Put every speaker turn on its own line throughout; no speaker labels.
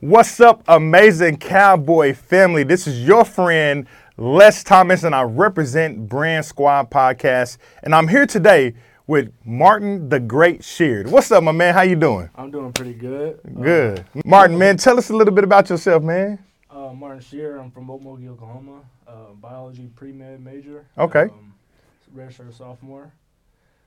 What's up, amazing cowboy family? This is your friend Les Thomas, and I represent Brand Squad Podcast. And I'm here today with Martin the Great Sheard. What's up, my man? How you doing?
I'm doing pretty good.
Good. Martin, man, tell us a little bit about yourself, man.
Uh, Martin Shear, I'm from Okmulgee, Oklahoma. Uh, biology pre med major.
Okay.
Um, redshirt sophomore.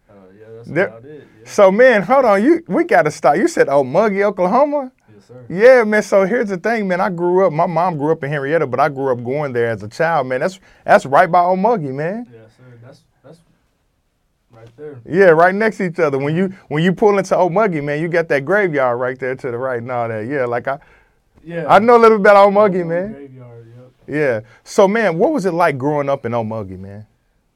Uh, yeah, that's
There-
about it. Yeah.
So, man, hold on. You we gotta stop. You said oh Muggy, Oklahoma?
Yes, sir.
Yeah, man. So here's the thing, man. I grew up. My mom grew up in Henrietta, but I grew up going there as a child, man. That's that's right by Omuggy, man.
Yeah, sir. That's that's right there.
Yeah, right next to each other. When you when you pull into Omuggy, man, you got that graveyard right there to the right and all that. Yeah, like I
Yeah.
I know a little bit about Omuggy,
Old
man.
Graveyard, yep.
Yeah. So, man, what was it like growing up in Omuggy, man?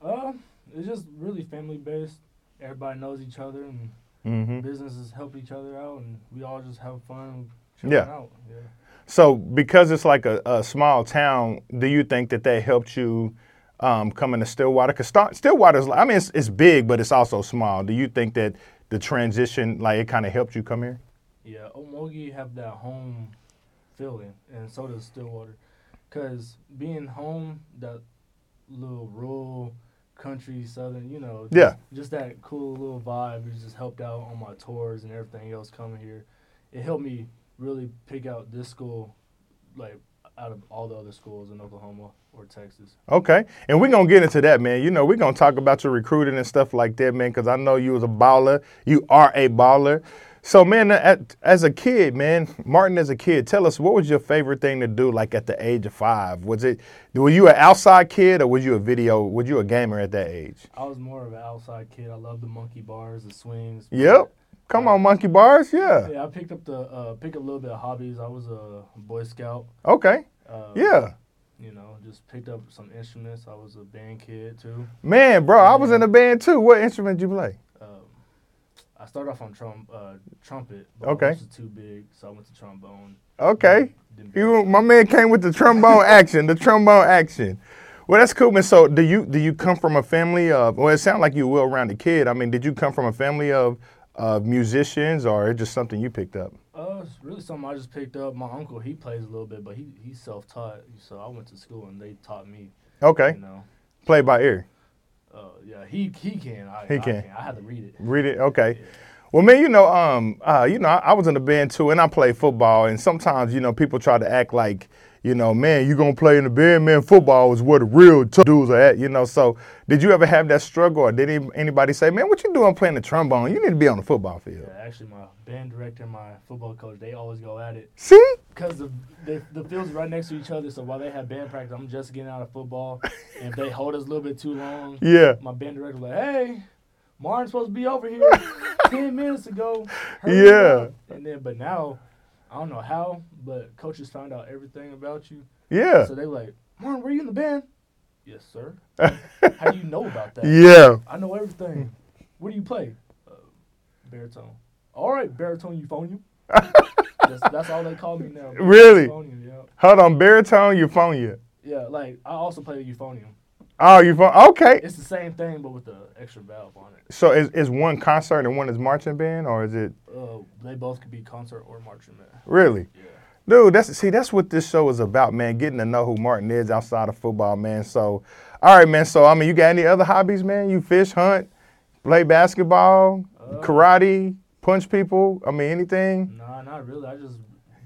Uh, it's just really family based. Everybody knows each other and
hmm
businesses help each other out, and we all just have fun chilling
Yeah.
out. Yeah.
So, because it's like a, a small town, do you think that that helped you um, coming to Stillwater? Because Stillwater's, like- I mean, it's, it's big, but it's also small. Do you think that the transition, like, it kind of helped you come here?
Yeah, Okmulgee have that home feeling, and so does Stillwater. Cause being home, that little rural country, southern, you know, just,
Yeah.
just that cool little vibe. It just helped out on my tours and everything else coming here. It helped me really pick out this school, like out of all the other schools in Oklahoma or Texas.
Okay, and we're gonna get into that, man. You know, we're gonna talk about your recruiting and stuff like that, man. Because I know you was a baller. You are a baller. So, man, at, as a kid, man, Martin, as a kid, tell us what was your favorite thing to do, like at the age of five? Was it were you an outside kid or was you a video? Were you a gamer at that age?
I was more of an outside kid. I love the monkey bars, the swings.
Yep. Come on, monkey bars. Yeah.
Yeah, I picked up the uh, pick a little bit of hobbies. I was a Boy Scout.
Okay.
Uh,
Yeah.
You know, just picked up some instruments. I was a band kid too.
Man, bro, I was in a band too. What instrument you play?
Um, I started off on trum- uh, trumpet. But
Okay.
This is too big, so I went to trombone.
Okay.
Then bass.
You, my man came with the trombone action, the trombone action. Well, that's cool, man. So, do you do you come from a family of? Well, it sounds like you will around the kid. I mean, did you come from a family of of musicians, or it's just something you picked up?
Uh, it's really something I just picked up. My uncle, he plays a little bit, but he, he's self taught. So I went to school and they taught me.
Okay,
You know.
play by ear.
Uh, yeah, he he can. I,
He
I
can.
I had to read it.
Read it. Okay. Well, man, you know, um, uh, you know, I, I was in the band too, and I played football. And sometimes, you know, people try to act like, you know, man, you gonna play in the band, man. Football is where the real tough dudes are at, you know. So, did you ever have that struggle, or did any, anybody say, man, what you doing playing the trombone? You need to be on the football field.
Yeah, actually, my band director and my football coach, they always go at it.
See,
Because the, the the fields right next to each other, so while they have band practice, I'm just getting out of football. and if they hold us a little bit too long,
yeah,
my band director was like, "Hey, Martin's supposed to be over here ten minutes ago." Hurry
Yeah.
up." And then, but now, I don't know how, but coaches found out everything about you,
yeah,
so they were like, "Martin, were you in the band?" Yes, sir. how do you know about that?
yeah.
I know everything.
Hmm.
What do you play? Uh, baritone. All right, baritone euphonium. that's, that's all they call me now.
Really?
Euphonium, yeah.
Hold on, baritone, you phone you.
Yeah, like I also play the euphonium.
Oh, you phone. Okay.
It's the same thing, but with the extra valve on it.
So, is, is one concert and one is marching band, or is it
Uh, they both could be concert or marching band.
really?
Yeah.
Dude, that's see, that's what this show is about, man. Getting to know who Martin is outside of football, man. So, all right, man. So, I mean, you got any other hobbies, man? You fish, hunt, play basketball,
Uh. Mm,
karate, punch people. I mean, anything.
Nah, not really. I just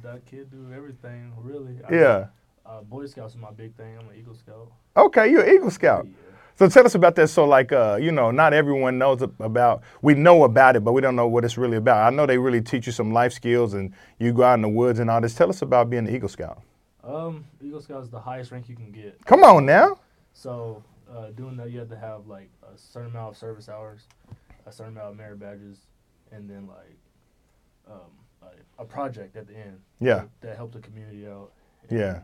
that kid do everything really. I,
Yeah.
Uh, Boy Scouts is my big thing. I'm an Eagle Scout.
Okay, you're an Eagle Scout.
Yeah.
So tell us about that. So, like, uh, you know, not everyone knows ab- about. We know about it, but we don't know what it's really about. I know they really teach you some life skills, and you go out in the woods and all this. Tell us about being an Eagle Scout.
Um, Eagle Scout is the highest rank you can get.
Come on now.
So, uh, doing that, you have to have like a certain amount of service hours, a certain amount of merit badges, and then like um, a, a project at the end.
Yeah.
That helped the community out.
Yeah.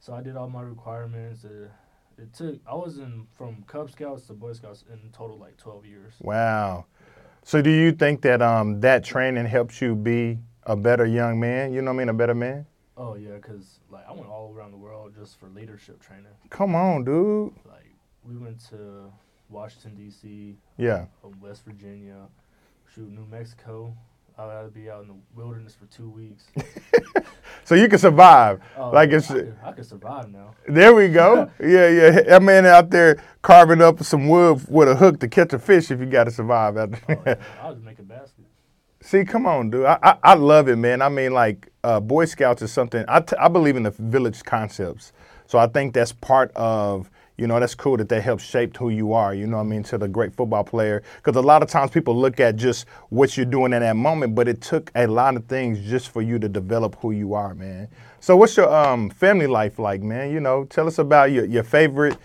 So I did all my requirements. Uh, it took I was in from Cub Scouts to Boy Scouts in total like twelve years.
Wow. So do you think that um, that training helps you be a better young man? You know what I mean? A better man?
Oh yeah, cause like I went all around the world just for leadership training.
Come on, dude.
Like we went to Washington D.C.,
Yeah.
um, West Virginia, shoot New Mexico. I had to be out in the wilderness for two weeks.
so you can survive.
Oh,
like it's
I could, I could survive now.
there we go. yeah, yeah. That man out there carving up some wood with a hook to catch a fish if you got to survive out
Oh,
there.
yeah, I'll just make a basket.
See, come on, dude. I, I, I love it, man. I mean, like, uh, Boy Scouts is something, I, t- I believe in the village concepts. So I think that's part of, you know, that's cool that that helps shape who you are, you know what I mean, to the great football player. Because a lot of times people look at just what you're doing in that moment, but it took a lot of things just for you to develop who you are, man. So what's your um, family life like, man? You know, tell us about your, your favorite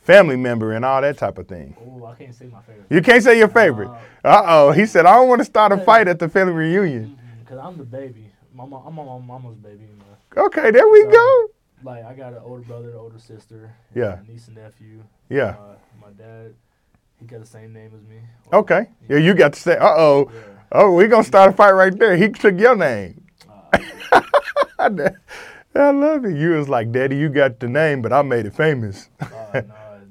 family member and all that type of thing.
Oh, I can't say my favorite
You can't say your favorite. Uh oh. He said, I don't want to start a fight at the family reunion.
because I'm the baby. My mom, I'm my mama's baby. You know.
Okay, there we
So,
go.
Like I got an older brother, an older sister, and
Yeah.
a niece and nephew.
Yeah.
Uh, my dad, he got the same name as me.
Okay. Yeah, you got to say, uh oh.
Yeah.
Oh, we going to start a fight right there. He took your name. I love it. You was like, Daddy, you got the name, but I made it famous.
Uh, nah,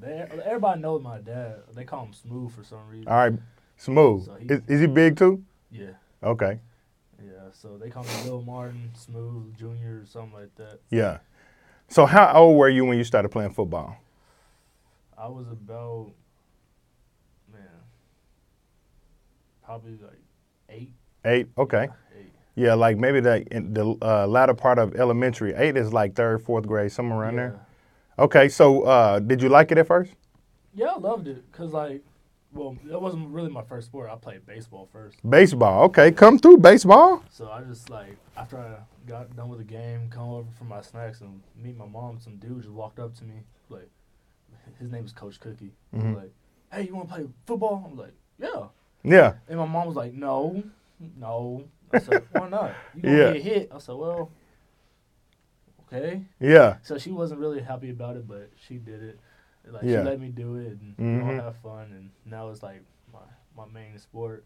they, everybody knows my dad. They call him Smooth for some reason.
All right, smooth.
So he-
Is, is he big too?
Yeah,
Okay.
yeah. So they call me Lil Martin, Smooth Junior, or something like that.
Yeah. So, how old were you when you started playing football?
I was about, man, probably like eight.
Eight? Okay.
Eight.
Yeah, like maybe that in the uh, latter part of elementary. Eight is like third, fourth grade, somewhere around there. Okay, so uh, did you like it at first?
Yeah, I loved it because like, well, that wasn't really my first sport. I played baseball first,
Baseball. Okay, come through baseball.
so I just like after I got done with the game, come over for my snacks and meet my mom. Some dude just walked up to me like, his name is Coach Cookie. He was
Mhm.
like, hey, you want to play football? I'm like, yeah.
Yeah,
And my mom was like, no, no. I said, why not? You gonna
Yeah.
get hit? I said, well, okay.
yeah,
So she wasn't really happy about it, but she did it. Like
Yeah.
she let me do it, and we all
Mhm.
have fun. And now it's like my my main sport.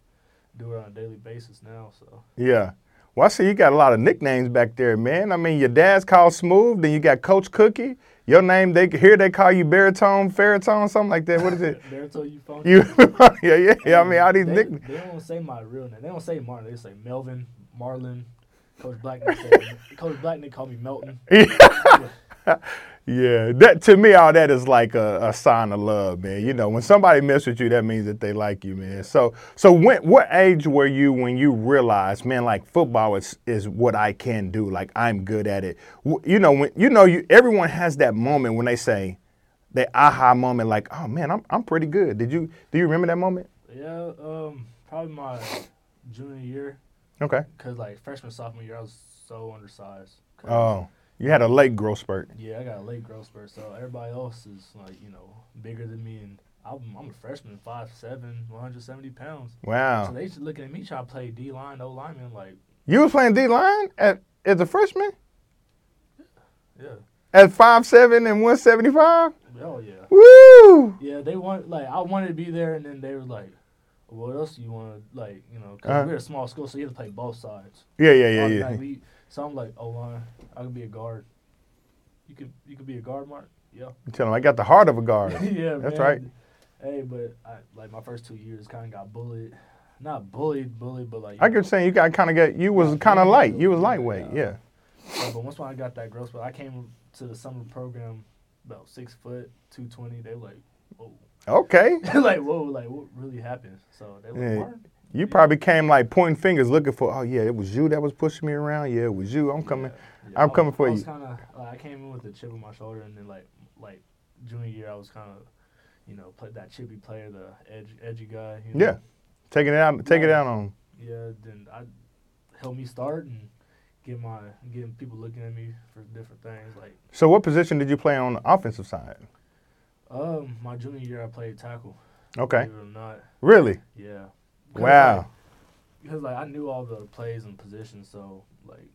Do it on a daily basis now. So
yeah. Well, I see you got a lot of nicknames back there, man. I mean, your dad's called Smooth, then you got Coach Cookie. Your name, they here they call you Baritone, Ferritone, something like that. What is it?
Baritone, you phone.
You, yeah, yeah, yeah. I mean, all these
they,
nicknames.
They don't say my real name. They don't say Martin. They say Melvin, Marlin. Coach Blackman. said, Coach Blackman called me Melton.
Yeah, that to me, all that is like a, a sign of love, man. You know, when somebody messes with you, that means that they like you, man. So, so when, what age were you when you realized, man, like football is is what I can do, like I'm good at it. W- You know, when you know, you everyone has that moment when they say, that aha moment, like, oh man, I'm I'm pretty good. Did you do you remember that moment?
yeah, um, probably my junior year,
Okay.
cause like freshman sophomore year, I was so undersized. 'Cause
Oh, you had a late growth spurt.
Yeah, I got a late growth spurt, so everybody else is like you know bigger than me, and I'm, I'm a freshman, 5'7", 170 pounds. So
Wow,
they just looking at me trying to play D line, O lineman, like
you were playing D line at as a freshman
yeah,
at five seven and one seventy five.
hell yeah,
Woo!
yeah. They want like I wanted to be there, and then they were like, "What else you want to like you know?" Because
Uh-huh.
we're a small school, so you have to play both sides.
Yeah, yeah, yeah, yeah.
Automatically. So I'm like, O line, I could be a guard. You could you could be a guard, Mark. Yeah.
You Tell him I got the heart of a guard.
yeah,
That's
man.
right.
Hey, but I, like my first two years, kind of got bullied. Not bullied, bullied, but like.
I could say you got kind of got you was kind of light. You was lightweight. Yeah.
Yeah, but once when I got that growth, but I came to the summer program about six foot, two twenty. They were like, whoa,
Okay.
like whoa, like what really happened? So they were
Yeah.
like, "Mark,
You probably came like pointing fingers, looking for. Oh yeah, it was you that was pushing me around. Yeah, it was you. I'm coming.
yeah,
I'm
I-
coming for
I was
you.
Kind of, like, I came in with a chip on my shoulder, and then like, like junior year, I was kind of, you know, play, that chippy player, the edge, edgy guy. You know?
Yeah. Taking it out. Taking it out on. 'em.
Yeah, then I help me start and get my getting people looking at me for different things. Like
So what position did you play on the offensive side?
um, my junior year, I played tackle.
Okay.
Believe it or not,
Really?
yeah. 'Cause,
Wow.
like- Because like I knew all the plays and positions, so like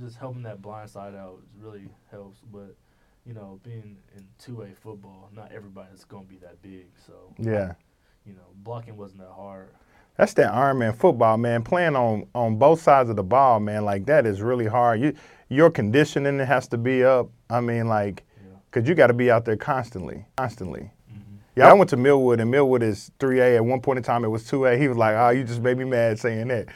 just helping that blind side out really helps. But you know, being in two way football, not everybody's gonna be that big. So
Yeah.
you know, blocking wasn't that hard.
That's that Iron Man football, man. Playing on on both sides of the ball, man. Like that is really hard. You your conditioning has to be up. I mean, like,
Yeah.
cause you got to be out there constantly, constantly.
hmm
Yeah, I went to "Ah, Millwood, and Millwood is 3A. At one point in time, it was 2A. He was like, oh, you just made me mad saying that.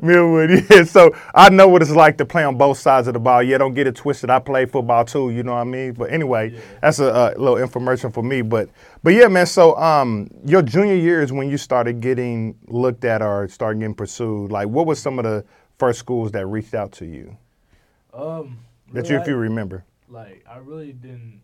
Millwood.
Millwood, yeah. So I know what it's like to play on both sides of the ball. Yeah, don't get it twisted. I play football too. You know what I mean? But anyway,
Yeah.
that's a, uh little information for me. But but yeah, man. So um, your junior year is when you started getting looked at or started getting pursued. Like, what was some of the first schools that reached out to you?
Um,
That
really,
you, if
I-
you remember.
like I really didn't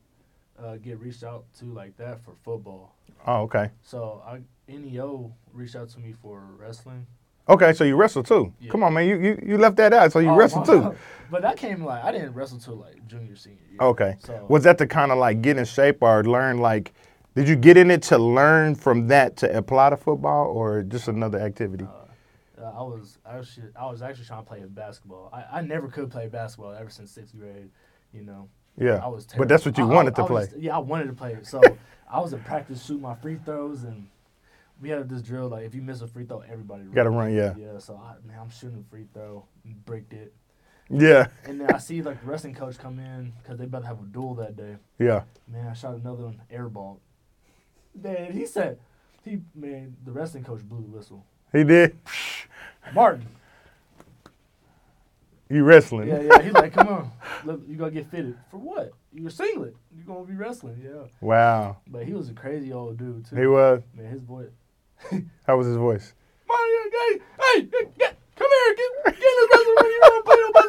uh, get reached out to like that for football.
Oh, okay.
So I NEO reached out to me for wrestling.
Okay, so you wrestled too.
Yeah.
Come on, man. You, you you left that out. So you
Oh,
wrestled
my
too.
God. But that came like I didn't wrestle till like junior senior year.
Okay.
So
Was that to kind of like get in shape or learn like did you get in it to learn from that to apply to football or just another activity?
uh, I was actually I was actually trying to play basketball. I, I never could play basketball ever since sixth grade. You know.
yeah.
I was terrible.
but that's what you
I- I-
wanted to
I
play.
was- yeah, I wanted to play. So I was in practice shooting my free throws, and we had this drill like if you miss a free throw, everybody
You gotta run, yeah.
Yeah, so I, man, I'm shooting a free throw, bricked it,
Yeah.
and then I see like the wrestling coach come in because they about to have a duel that day.
Yeah.
Man, I shot another one, airball. Man, he said, he man, the wrestling coach blew the whistle.
He did.
Martin,
You wrestling.
yeah, yeah, he's like, come on, look, you gotta get fitted for what? You're singlet, you gonna be wrestling, yeah.
Wow.
But he was a crazy old dude too.
He was
Man, his voice.
how was his voice?
Mario, hey, hey, hey, get, come here, get, get in this wrestling ring. You want to play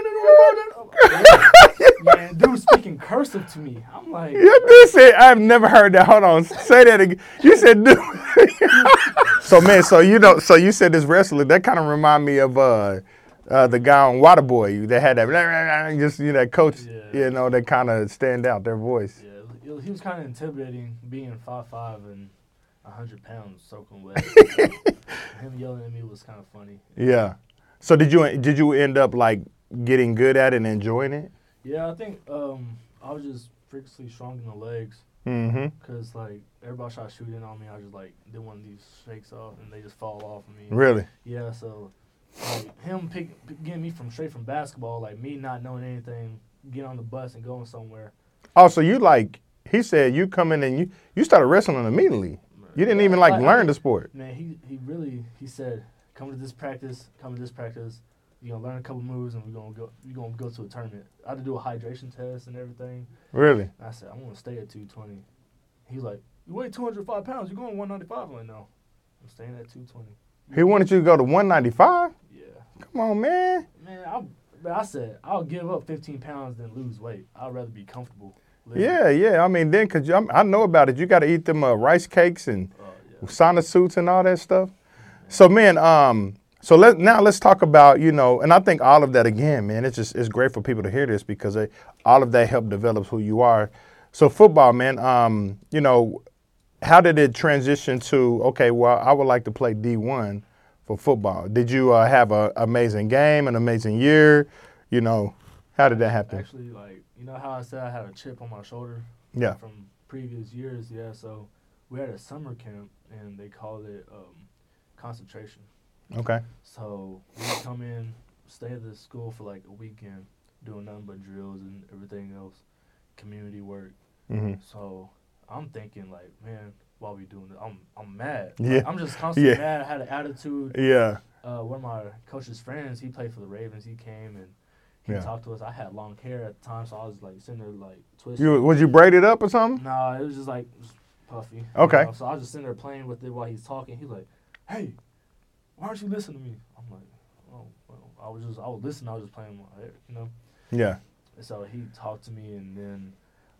no basketball? Boy, you ain't no- no- no- no- no- no- no- no- no- no- no- no- no- no- no- no- Man, dude, was speaking cursive to me. I'm like,
Yeah, dude said I've never heard that. Hold on. Say that again. You said dude. so man, so you know so you said this wrestler, that kinda remind me of uh uh, the guy on Waterboy, that had that just you know that coach,
Yeah.
you know, that kind of stand out their voice.
yeah, it was- he was kind of intimidating, being five five and hundred pounds, soaking wet. Him yelling at me was kind of funny.
Yeah. So did you did you end up like getting good at it and enjoying it?
Yeah, I think um, I was just freakishly strong in the legs.
Mm-hmm.
Cause like everybody tried shooting on me, I just like did one of these shakes off, and they just fall off of me.
Really?
Yeah, so like, him pick, getting me from straight from basketball, like me not knowing anything, get on the bus and going somewhere.
Oh, so you like he said you come in and you you started wrestling immediately. You didn't even like
Like, I
learn
think-
the sport.
Man, he he really he said, come to this practice, come to this practice. You gonna learn a couple moves, and we're gonna go. You gonna go to a tournament. I had to do a hydration test and everything.
Really?
And I said, I'm gonna stay at 220. He's like, you weigh 205 pounds. You're going 195. I'm like, no, I'm staying at 220.
He wanted you to go to 195.
Yeah.
Come on, man.
Man, I, but I said I'll give up 15 pounds than lose weight. I'd rather be comfortable. living.
Yeah, yeah. I mean, then cause you, I'm- I know about it. You got to eat them uh, rice cakes and
Uh, yeah.
sauna suits and all that stuff. So man, um, so let now let's talk about you know, and I think all of that again, man. It's just it's great for people to hear this because they, all of that help develops who you are. So football, man, um, you know, how did it transition to okay? Well, I would like to play D one for football. Did you uh, have an amazing game, an amazing year? You know, how did that happen?
Actually, like you know how I said I had a chip on my shoulder
Yeah.
from previous years. Yeah, so we had a summer camp and they called it um, concentration.
Okay.
So we come in, stay at the school for like a weekend, doing nothing but drills and everything else, community work.
hmm
So I'm thinking like, man, why we doing this? I'm I'm mad.
Yeah.
I'm just constantly
Yeah.
mad. I had an attitude.
Yeah.
uh, one of my coach's friends, he played for the Ravens. He came and he
Yeah.
talked to us. I had long hair at the time, so I was like sitting there like twisting.
You was you braided up or something?
nah, it was just like just puffy. you
Okay.
know? So I was just sitting there playing with it while he's talking. He's like, "Hey, why aren't you listening to me?" I'm like, "Oh, well, I was just I was listening. I was just playing, with my hair," you know."
Yeah.
And so he talked to me, and then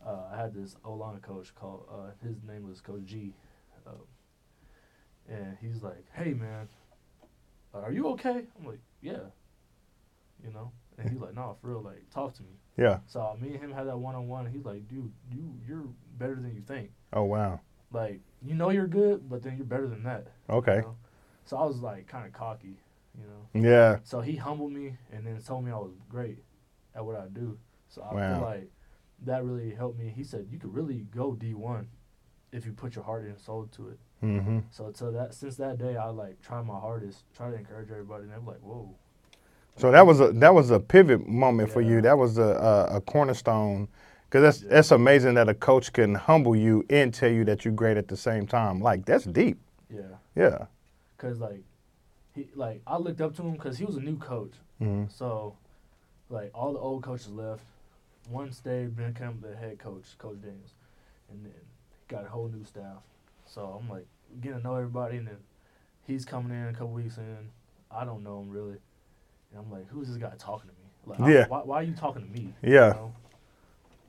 uh, I had this O line coach called. Uh, his name was Coach G, uh, and he's like, "Hey man, uh, are you okay?" I'm like, "Yeah," you know. And he's like, "No, for real, like talk to me."
Yeah.
So me and him had that one on one. He's like, "Dude, you you're better than you think.
Oh wow.
Like you know you're good, but then you're better than that." you
Okay.
know? So I was like kind of cocky, you know.
Yeah.
So he humbled me and then told me I was great at what I do. So I
Wow.
feel like that really helped me. He said you could really go D one if you put your heart and soul to it.
hmm
So to that since that day I like try my hardest, try to encourage everybody and they're like, Whoa.
So that was a that was a pivot moment for you.
Yeah.
That was a a, a cornerstone, because that's
Yeah.
that's amazing that a coach can humble you and tell you that you're great at the same time. Like that's deep.
Yeah.
Yeah.
Cause like he like I looked up to him because he was a new coach.
Mhm.
So, like all the old coaches left. One stayed, became the head coach, Coach Daniels, and then he got a whole new staff. So I'm like getting to know everybody, and then he's coming in a couple weeks in. I don't know him really, and I'm like, who's this guy talking to me? Like, I-
Yeah.
why, why are you talking to me?
Yeah.
know?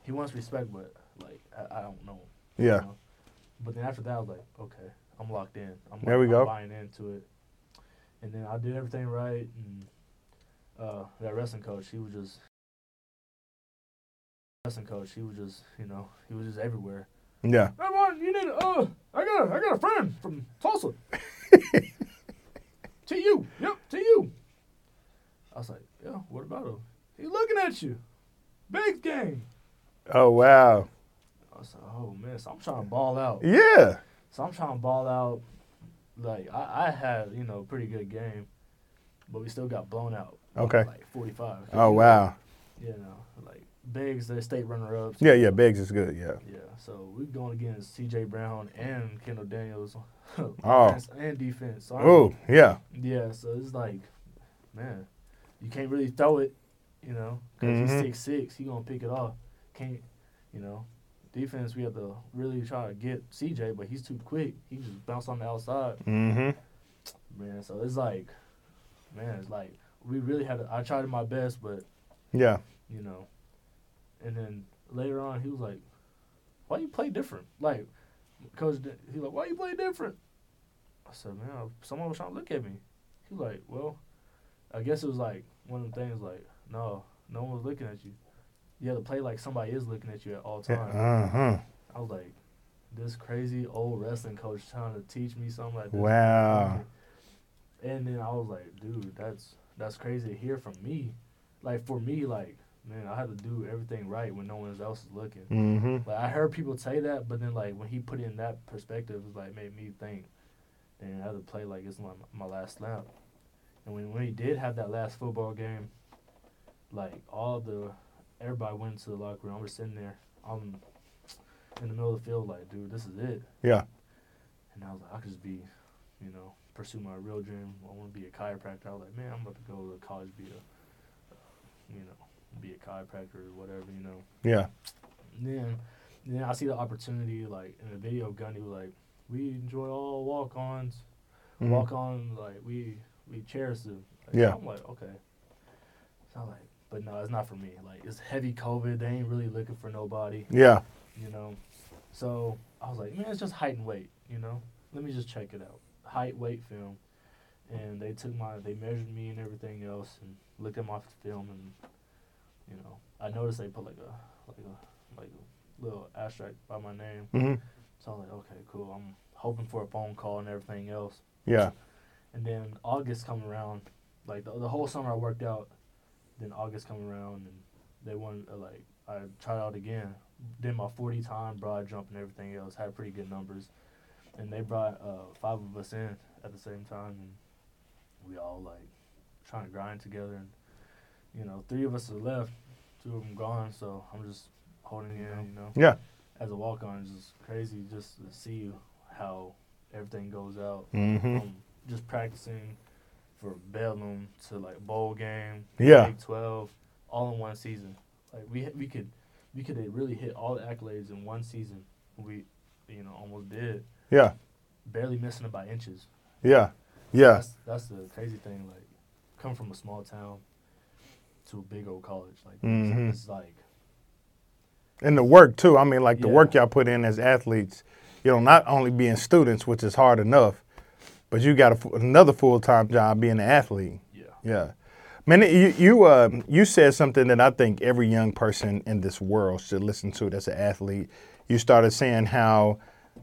He wants respect, but like I, I don't know him. you
Yeah.
know? But then after that, I was like, okay, I'm locked in. I'm,
There we
I'm
go.
Buying into it, and then I did everything right, and uh, that wrestling coach, he was just wrestling coach. He was just, you know, he was just everywhere.
Yeah.
Hey, Martin, you need. Uh, I got, a, I got a friend from Tulsa. to you, yep, to you. I was like, yeah, what about him? He looking at you, big game.
Oh wow.
I was like, oh man, so I'm trying to ball out.
Yeah.
So I'm trying to ball out. Like I, I had, you know, a pretty good game, but we still got blown out. by,
Okay.
Like 45.
Oh wow.
You know, like Biggs, they're state runner-ups.
Yeah. Yeah. Biggs is good. Yeah.
Yeah. So we're going against C.J. Brown and Kendall Daniels.
Oh.
offense And defense. So I'm-
Oh yeah.
Yeah. So it's like, man, you can't really throw it, you know, because
Mhm.
he's six six. He gonna pick it off. Can't, you know. Defense, we have to really try to get CJ, but he's too quick. He just bounce on the outside.
Mm-hmm.
Man, so it's like, man, it's like we really had. To, I tried my best, but
Yeah.
you know, and then later on, he was like, "Why you play different?" Like, coach, D- he like, "Why you play different?" I said, "Man, I- someone was trying to look at me." He like, "Well, I guess it was like one of the things. Like, no, no one was looking at you. You had to play like somebody is looking at you at all times."
Uh-huh.
I was like, "This crazy old wrestling coach trying to teach me something like this."
Wow.
And then I was like, dude, that's that's crazy to hear from me. Like for me, like, man, I had to do everything right when no one else is looking.
Mm-hmm.
Like I heard people say that, but then like when he put it in that perspective, it's like made me think, and I had to play like it's my my last lap. And when when he did have that last football game, like all the everybody went into the locker room. We're sitting there, I'm in the middle of the field, like, dude, this is it.
Yeah.
And I was like, I could just be, you know, pursue my real dream. I want to be a chiropractor. I was like, man, I'm about to go to college, be a, you know, be a chiropractor or whatever, you know.
Yeah.
And then, and then I see the opportunity, like in the video, Gundy was like, "We enjoy all walk-ons.
Mhm.
Walk-on, like we we cherish them." Like,
Yeah.
I'm like, okay. So I'm like, but no, it's not for me. Like it's heavy COVID. They ain't really looking for nobody,
Yeah.
you know. So I was like, man, it's just height and weight, you know. Let me just check it out. Height, weight, film. And they took my, they measured me and everything else, and looked at my film, and you know, I noticed they put like a, like a, like a little asterisk by my name.
Mm-hmm.
So I was like, okay, cool. I'm hoping for a phone call and everything else.
Yeah.
And then August come around, like the, the whole summer I worked out. Then August come around and they wanted uh, like I tried out again, did my forty time broad jump and everything else. Had pretty good numbers, and they brought uh, five of us in at the same time, and we all like trying to grind together. And you know, three of us are left, two of them gone. So I'm just holding in, you know.
Yeah.
As a walk on, it's just crazy just to see how everything goes out
Mm-hmm.
um, just practicing for Bedlam to like bowl game,
Yeah.
Big Twelve, all in one season. Like we we could we could have really hit all the accolades in one season. We you know almost did,
Yeah.
barely missing it by inches.
Yeah. Yeah.
That's that's the crazy thing. Like come from a small town to a big old college. Like
Mhm.
it's, it's like
And the work too. I mean, like the
Yeah.
work y'all put in as athletes, you know, not only being students, which is hard enough, but you got a, fu- another full time job being an athlete.
yeah.
Yeah. Man, you you uh, you said something that I think every young person in this world should listen to. That's an athlete. You started saying how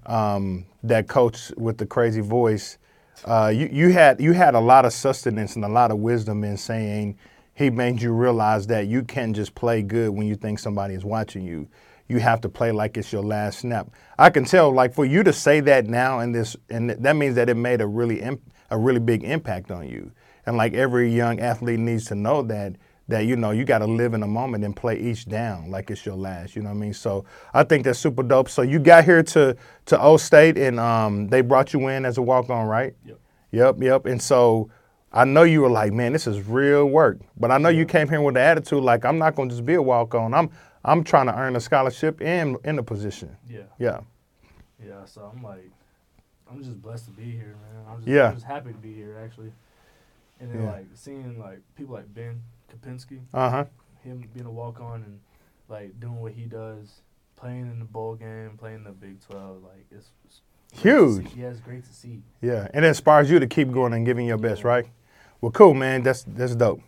um, that coach with the crazy voice. Uh, you you had you had a lot of sustenance and a lot of wisdom in saying he made you realize that you can't just play good when you think somebody is watching you. You have to play like it's your last snap. I can tell, like for you to say that now in this, and that means that it made a really imp- a really big impact on you. And like every young athlete needs to know that that you know you got to live in the moment and play each down like it's your last. You know what I mean? So I think that's super dope. So you got here to to O State and um, they brought you in as a walk on, right?
Yep.
Yep. Yep. And so I know you were like, man, this is real work. But I know you came here with the attitude like, I'm not going to just be a walk on. I'm I'm trying to earn a scholarship and in a position.
Yeah.
Yeah.
Yeah, so I'm like, I'm just blessed to be here, man. I'm just,
Yeah.
I'm just happy to be here, actually. And then
Yeah.
like seeing like people like Ben Kapinski,
Uh huh.
him being a walk on and like doing what he does, playing in the bowl game, playing the Big Twelve, like it's it's great to see.
Huge.
Yeah, it's great to see.
Yeah, and it inspires you to keep going and giving your best,
Yeah.
right? Well, cool, man. That's that's dope.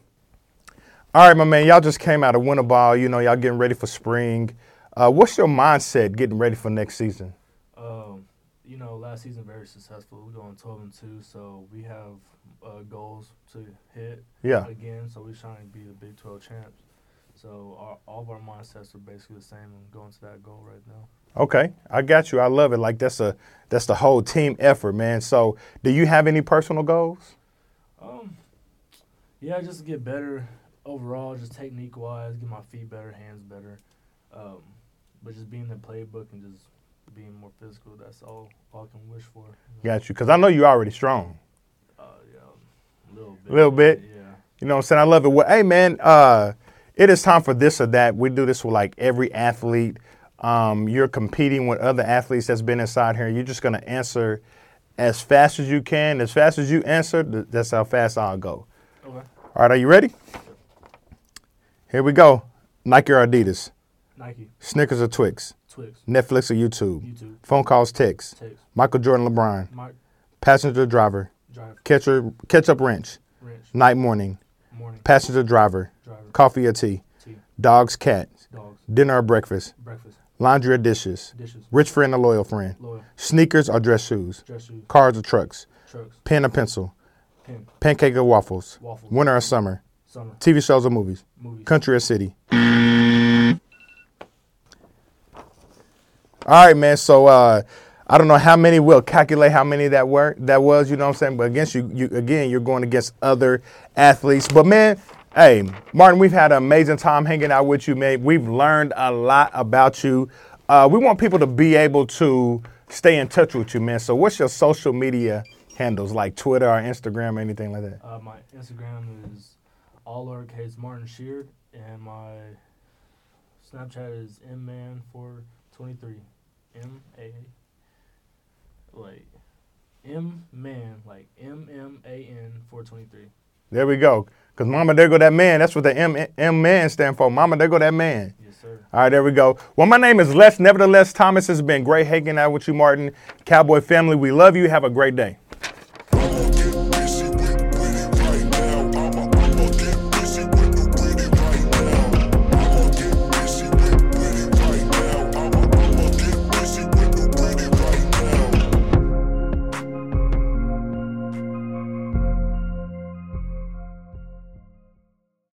All right, my man. Y'all just came out of winter ball. You know, y'all getting ready for spring. Uh, what's your mindset getting ready for next season?
Um, you know, last season very successful. We're going twelve and two, so we have uh, goals to hit
Yeah,
again. So we're trying to be the Big Twelve champs. So our, all of our mindsets are basically the same. and going to that goal right now.
Okay, I got you. I love it. Like that's a that's the whole team effort, man. So, do you have any personal goals?
Um, yeah, just to get better overall, just technique wise, get my feet better, hands better, um, but just being in the playbook and just being more physical. That's all all I can wish for. you know?
Got you, because I know you're already strong.
Uh, yeah, a little bit.
Little bit.
Yeah.
You know what I'm saying? I love it. Well, hey, man, uh, it is time for this or that. We do this with like every athlete. Um, you're competing with other athletes that's been inside here. You're just gonna answer as fast as you can. As fast as you answer, th- that's how fast I'll go.
Okay.
All right, are you ready? Here we go. Nike or Adidas,
Nike,
Snickers or Twix,
Twix,
Netflix or YouTube,
YouTube,
phone calls, texts,
Takes,
Michael Jordan, LeBron.
Mark,
passenger driver,
Drive,
catcher, ketchup wrench,
Wrench,
night morning,
Morning,
passenger driver,
Driver,
coffee or tea,
Tea,
dogs, cats,
Dogs,
dinner or breakfast,
Breakfast,
laundry or dishes,
Dishes,
rich friend or loyal friend,
Loyal,
sneakers or dress shoes,
Dress Shoes,
cars or trucks,
Trucks,
pen or pencil,
Pen,
pancake or waffles,
Waffles,
winter or summer,
Summer,
TV shows or movies,
Movies,
country or city. All right, man. So uh, I don't know how many will calculate how many that were that was. You know what I'm saying? But against you, you again, you're going against other athletes. But man, hey, Martin, we've had an amazing time hanging out with you, man. We've learned a lot about you. Uh, we want people to be able to stay in touch with you, man. So what's your social media handles like Twitter or Instagram or anything like that?
Uh, my Instagram is all lowercase Martin Sheard, and my Snapchat is mman423. M A like M man like M M A N 423.
There we go. Cause mama, there go that man. That's what the M M man stand for. Mama, there go that man.
Yes, sir.
All right, there we go. Well, my name is Les. Nevertheless, Thomas. It's been great hanging out with you, Martin. Cowboy family, we love you. Have a great day.